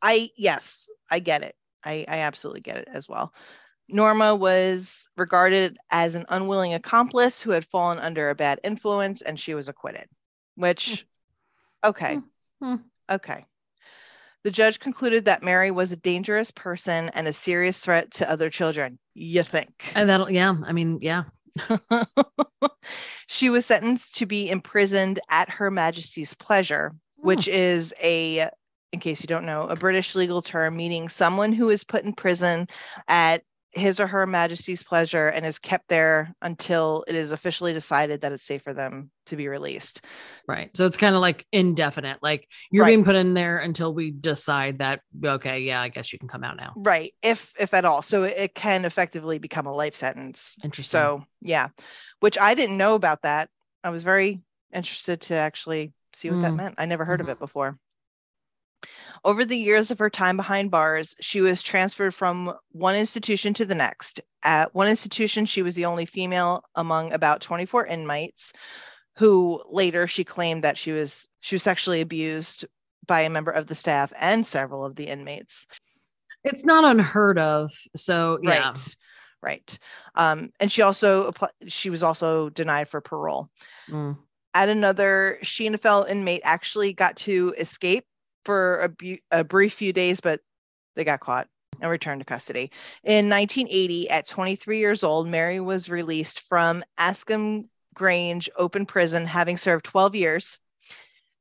Speaker 1: I yes, I get it. I, I absolutely get it as well. Norma was regarded as an unwilling accomplice who had fallen under a bad influence and she was acquitted, which, okay,
Speaker 2: Hmm.
Speaker 1: okay. The judge concluded that Mary was a dangerous person and a serious threat to other children. You think?
Speaker 2: And that'll yeah, I mean, yeah.
Speaker 1: she was sentenced to be imprisoned at Her Majesty's pleasure, which is a, in case you don't know, a British legal term meaning someone who is put in prison at his or her Majesty's pleasure and is kept there until it is officially decided that it's safe for them to be released.
Speaker 2: Right. So it's kind of like indefinite. Like you're
Speaker 1: Right.
Speaker 2: being put in there until we decide that okay, yeah, I guess you can come out now.
Speaker 1: Right, if if at all. So it, it can effectively become a life sentence.
Speaker 2: Interesting.
Speaker 1: So yeah, which I didn't know about that. I was very interested to actually see what that
Speaker 2: Mm.
Speaker 1: meant. I never heard
Speaker 2: Mhm.
Speaker 1: of it before. Over the years of her time behind bars, she was transferred from one institution to the next. At one institution, she was the only female among about 24 inmates who later she claimed that she was she was sexually abused by a member of the staff and several of the inmates.
Speaker 2: it's not unheard of. So yeah.
Speaker 1: Right. Right. Um, and she also appl- she was also denied for parole.
Speaker 2: Mm.
Speaker 1: At another, she and a fellow inmate actually got to escape for a, bu- a brief few days, but they got caught and returned to custody. In 1980, at 23 years old, Mary was released from Askham Grange Open Prison, having served 12 years.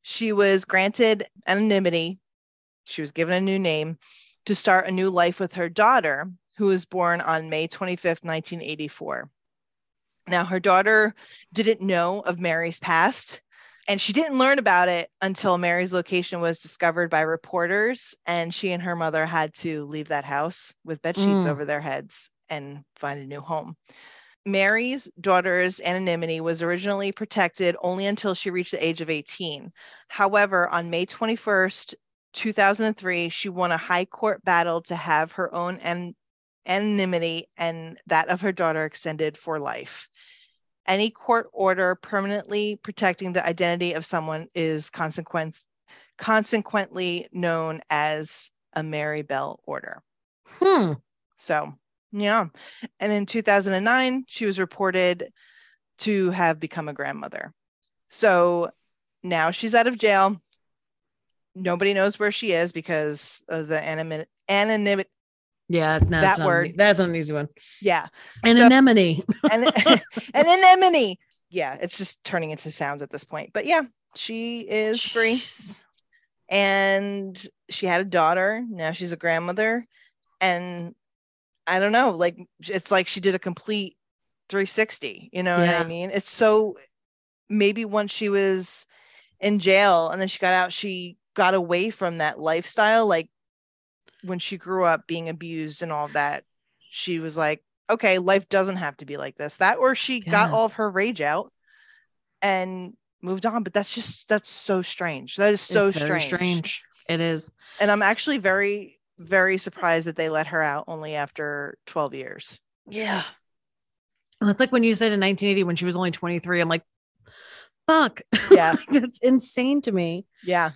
Speaker 1: She was granted anonymity. She was given a new name to start a new life with her daughter, who was born on May 25th, 1984. Now, her daughter didn't know of Mary's past, and she didn't learn about it until Mary's location was discovered by reporters, and she and her mother had to leave that house with bed sheets
Speaker 2: Mm.
Speaker 1: over their heads and find a new home. Mary's daughter's anonymity was originally protected only until she reached the age of 18. However, on May 21st, 2003, she won a high court battle to have her own an- anonymity and that of her daughter extended for life. Any court order permanently protecting the identity of someone is consequence- consequently known as a Mary Bell order.
Speaker 2: Hmm.
Speaker 1: So, yeah. And in 2009, she was reported to have become a grandmother. So now she's out of jail. Nobody knows where she is because of the anonymity. Anonymity.
Speaker 2: Yeah, no,
Speaker 1: That
Speaker 2: that's not an- e,
Speaker 1: word.
Speaker 2: that's not an easy one.
Speaker 1: Yeah.
Speaker 2: An
Speaker 1: So-
Speaker 2: anemone.
Speaker 1: An, an anemone. Yeah. It's just turning into sounds at this point. But yeah, she is free.
Speaker 2: Jeez.
Speaker 1: and she had a daughter now she's a grandmother and i don't know like it's like she did a complete 360 you know what
Speaker 2: Yeah.
Speaker 1: i mean it's so maybe once she was in jail and then she got out she got away from that lifestyle like when she grew up being abused and all that she was like okay life doesn't have to be like this that or she got all of
Speaker 2: Yes.
Speaker 1: her rage out and moved on but that's just that's so strange that is so
Speaker 2: It's very
Speaker 1: strange.
Speaker 2: strange. It is.
Speaker 1: and i'm actually very very surprised that they let her out only after 12 years
Speaker 2: Yeah. That's like when you said in 1980 when she was only 23. I'm like, fuck.
Speaker 1: Yeah.
Speaker 2: that's insane to me.
Speaker 1: yeah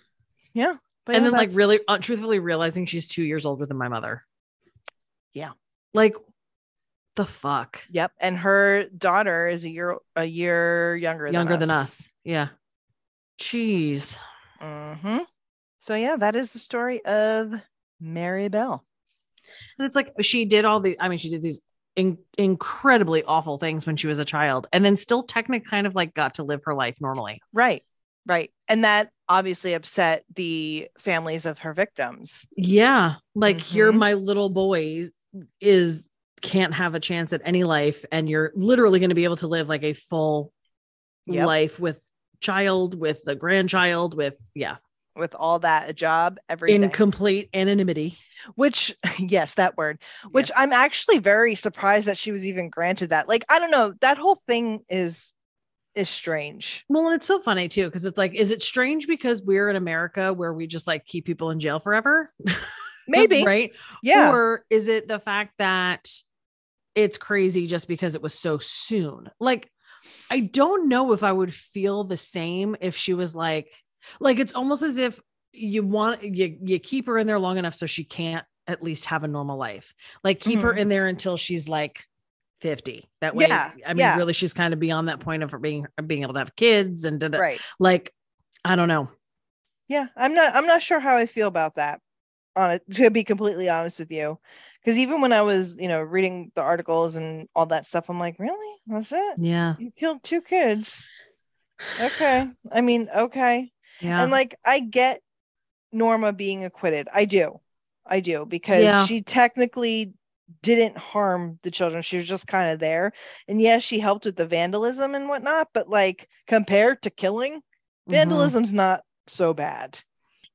Speaker 1: yeah but
Speaker 2: and
Speaker 1: yeah,
Speaker 2: then, like,
Speaker 1: that's-
Speaker 2: really, uh, truthfully realizing she's two years older than my mother.
Speaker 1: Yeah.
Speaker 2: Like, the fuck?
Speaker 1: Yep. And her daughter is a year a year younger
Speaker 2: Younger than us. Yeah. Jeez.
Speaker 1: hmm So yeah, that is the story of Mary Bell.
Speaker 2: And it's like she did all the, I mean, she did these in- incredibly awful things when she was a child and then still technically kind of like got to live her life normally.
Speaker 1: Right. Right. And that obviously upset the families of her victims.
Speaker 2: Yeah. Like, here,
Speaker 1: Mhm.
Speaker 2: my little boy is can't have a chance at any life. And you're literally going to be able to live like a full
Speaker 1: Yep.
Speaker 2: life with child, with the grandchild, with, yeah,
Speaker 1: With all that, a job, everything.
Speaker 2: in complete anonymity.
Speaker 1: which, yes, that word, which
Speaker 2: Yes.
Speaker 1: I'm actually very surprised that she was even granted that. Like, I don't know. That whole thing is is strange.
Speaker 2: Well, and it's so funny too, because it's like, is it strange because we're in America where we just like keep people in jail forever?
Speaker 1: Maybe.
Speaker 2: right?
Speaker 1: Yeah.
Speaker 2: Or is it the fact that it's crazy just because it was so soon? Like, I don't know if I would feel the same if she was like, like it's almost as if you want you you keep her in there long enough so she can't at least have a normal life. Like keep her
Speaker 1: Mhm.
Speaker 2: in there until she's like 50. That way,
Speaker 1: Yeah,
Speaker 2: I mean,
Speaker 1: yeah.
Speaker 2: really she's kind of beyond that point of her being of being able to have kids and da, da-
Speaker 1: right.
Speaker 2: like I don't know.
Speaker 1: Yeah. I'm not I'm not sure how I feel about that. On it to be completely honest with you. Because even when I was, you know, reading the articles and all that stuff, I'm like, really? That's it?
Speaker 2: Yeah.
Speaker 1: You killed two kids. Okay. I mean, okay.
Speaker 2: Yeah.
Speaker 1: And like I get Norma being acquitted. I do. I do because
Speaker 2: Yeah.
Speaker 1: she technically didn't harm the children. She was just kind of there. And yes, she helped with the vandalism and whatnot, but like compared to killing,
Speaker 2: Mhm.
Speaker 1: vandalism's not so bad.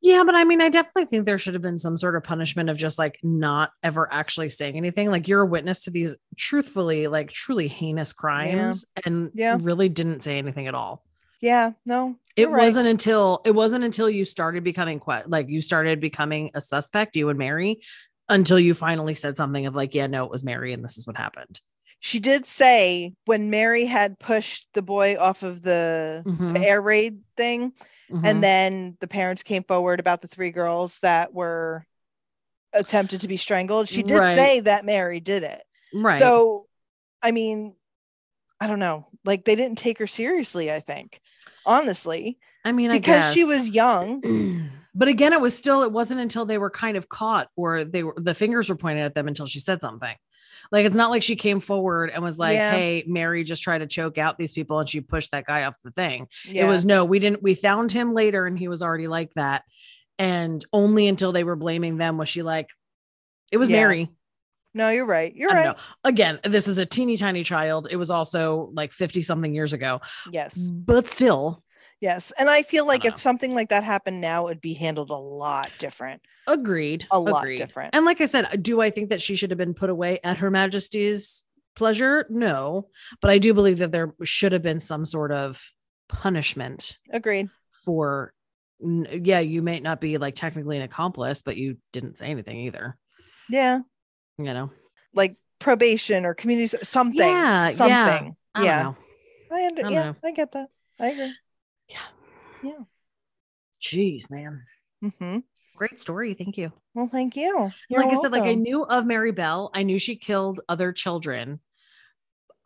Speaker 2: Yeah, but I mean, I definitely think there should have been some sort of punishment of just like not ever actually saying anything. Like you're a witness to these truthfully, like truly heinous crimes and
Speaker 1: Yeah.
Speaker 2: really didn't say anything at all.
Speaker 1: Yeah, no.
Speaker 2: It
Speaker 1: you're right.
Speaker 2: wasn't until it wasn't until you started becoming que- like you started becoming a suspect, you and Mary, until you finally said something of like, yeah, no, it was Mary and this is what happened.
Speaker 1: She did say when Mary had pushed the boy off of the, the
Speaker 2: Mhm,
Speaker 1: air raid thing,
Speaker 2: mhm.
Speaker 1: Mm-hmm. and then the parents came forward about the three girls that were attempted to be strangled she did
Speaker 2: Right.
Speaker 1: say that mary did it
Speaker 2: right.
Speaker 1: so i mean i don't know like they didn't take her seriously i think honestly
Speaker 2: I mean, I
Speaker 1: because she
Speaker 2: guess.
Speaker 1: was young
Speaker 2: but again, it was still, it wasn't until they were kind of caught or they were, the fingers were pointed at them until she said something. Like, it's not like she came forward and was like,
Speaker 1: Yeah.
Speaker 2: hey, Mary just tried to choke out these people and she pushed that guy off the thing.
Speaker 1: yeah
Speaker 2: It was, no, we didn't, we found him later and he was already like that. And only until they were blaming them was she like, it was
Speaker 1: Yeah.
Speaker 2: Mary.
Speaker 1: no you're right you're
Speaker 2: I don't
Speaker 1: right
Speaker 2: know. Again, this is a teeny tiny child. It was also like 50 something years ago,
Speaker 1: yes
Speaker 2: but still
Speaker 1: yes and i feel like
Speaker 2: Mm. don't
Speaker 1: if
Speaker 2: know.
Speaker 1: something like that happened now it'd be handled a lot different
Speaker 2: Agreed.
Speaker 1: A lot
Speaker 2: Agreed.
Speaker 1: different.
Speaker 2: And like I said, do I think that she should have been put away at Her Majesty's pleasure? No, but I do believe that there should have been some sort of punishment
Speaker 1: agreed
Speaker 2: for. n- Yeah, you may not be like technically an accomplice, but you didn't say anything either.
Speaker 1: yeah
Speaker 2: You know.
Speaker 1: like probation or community s- something
Speaker 2: Yeah, yeah.
Speaker 1: something
Speaker 2: I
Speaker 1: yeah
Speaker 2: Don't know.
Speaker 1: I under-
Speaker 2: don't
Speaker 1: yeah,
Speaker 2: know.
Speaker 1: I get that. I agree.
Speaker 2: Jeez, man.
Speaker 1: hmm
Speaker 2: Great story. Thank you.
Speaker 1: Well, thank you.
Speaker 2: like
Speaker 1: You're
Speaker 2: I said, like I
Speaker 1: welcome.
Speaker 2: knew of Mary Bell. I knew she killed other children.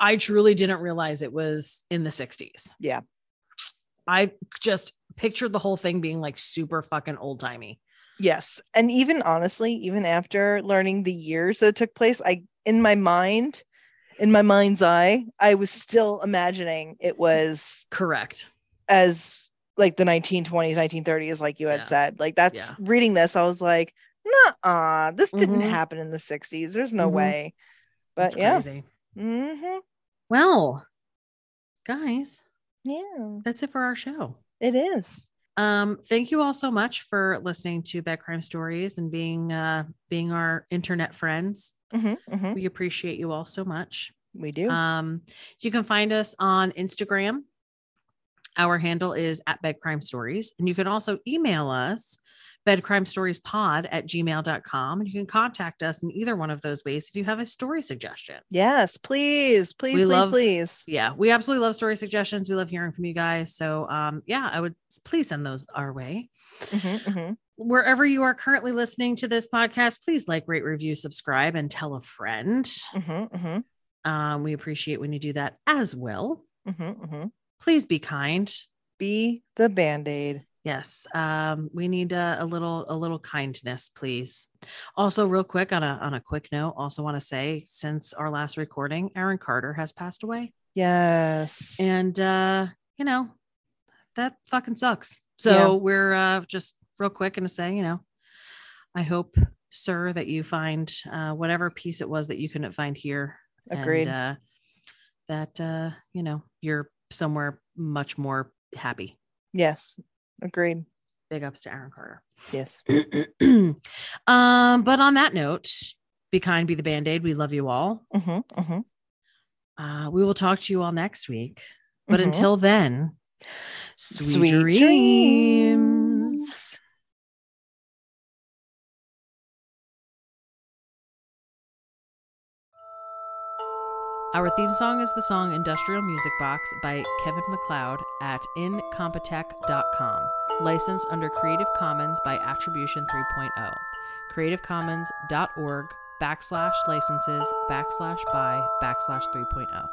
Speaker 2: I truly didn't realize it was in the 60s.
Speaker 1: Yeah.
Speaker 2: I just pictured the whole thing being like super fucking old timey.
Speaker 1: yes, and even honestly, even after learning the years that took place, I in my mind, in my mind's eye, I was still imagining it was
Speaker 2: Correct.
Speaker 1: as like the 1920s, 1930s, like you had
Speaker 2: Yeah.
Speaker 1: said. Like that's
Speaker 2: Yeah.
Speaker 1: reading this, I was like, nah, this didn't
Speaker 2: Mhm.
Speaker 1: happen in the 60s. There's no
Speaker 2: Mhm.
Speaker 1: way. But
Speaker 2: It's
Speaker 1: yeah,
Speaker 2: crazy.
Speaker 1: hmm
Speaker 2: Well, guys,
Speaker 1: yeah,
Speaker 2: that's it for our show.
Speaker 1: it is.
Speaker 2: Um, thank you all so much for listening to Bad Crime Stories and being uh being our internet friends.
Speaker 1: Mhm, mhm,
Speaker 2: We appreciate you all so much.
Speaker 1: We do.
Speaker 2: Um, you can find us on Instagram. Our handle is at bedcrime stories. And you can also email us bedcrimestoriespod at gmail.com. And you can contact us in either one of those ways if you have a story suggestion.
Speaker 1: yes, please, please, please,
Speaker 2: love-
Speaker 1: please.
Speaker 2: Yeah, we absolutely love story suggestions. We love hearing from you guys. So um, yeah, I would please send those our way.
Speaker 1: Mhm,
Speaker 2: Mm-hmm,
Speaker 1: mhm.
Speaker 2: Wherever you are currently listening to this podcast, please like, rate, review, subscribe, and tell a friend.
Speaker 1: Mhm, mhm.
Speaker 2: Um, we appreciate when you do that as well.
Speaker 1: Mhm,
Speaker 2: mm-hmm,
Speaker 1: mhm.
Speaker 2: Please be kind.
Speaker 1: Be the band aid.
Speaker 2: Yes, um, we need a, a little a little kindness, please. Also, real quick on a on a quick note, also want to say since our last recording, Aaron Carter has passed away,
Speaker 1: Yes.
Speaker 2: and uh, you know that fucking sucks. So
Speaker 1: Yeah.
Speaker 2: we're uh, just real quick gonna say, you know, I hope, sir, that you find uh, whatever piece it was that you couldn't find here. and,
Speaker 1: Agreed.
Speaker 2: uh, that uh, you know you're somewhere much more happy.
Speaker 1: yes. Agreed.
Speaker 2: Big ups to Aaron Carter.
Speaker 1: Yes.
Speaker 2: um, but on that note, be kind, be the band aid. We love you all.
Speaker 1: hmm hmm
Speaker 2: Uh, we will talk to you all next week. But
Speaker 1: Mhm.
Speaker 2: until then, Mm-hmm. sweet, dreams. Our theme song is the song Industrial Music Box by Kevin McLeod at incompetech.com. Licensed under Creative Commons by Attribution oh. 3.0. CreativeCommons.org backslash oh. licenses backslash by backslash 3.0.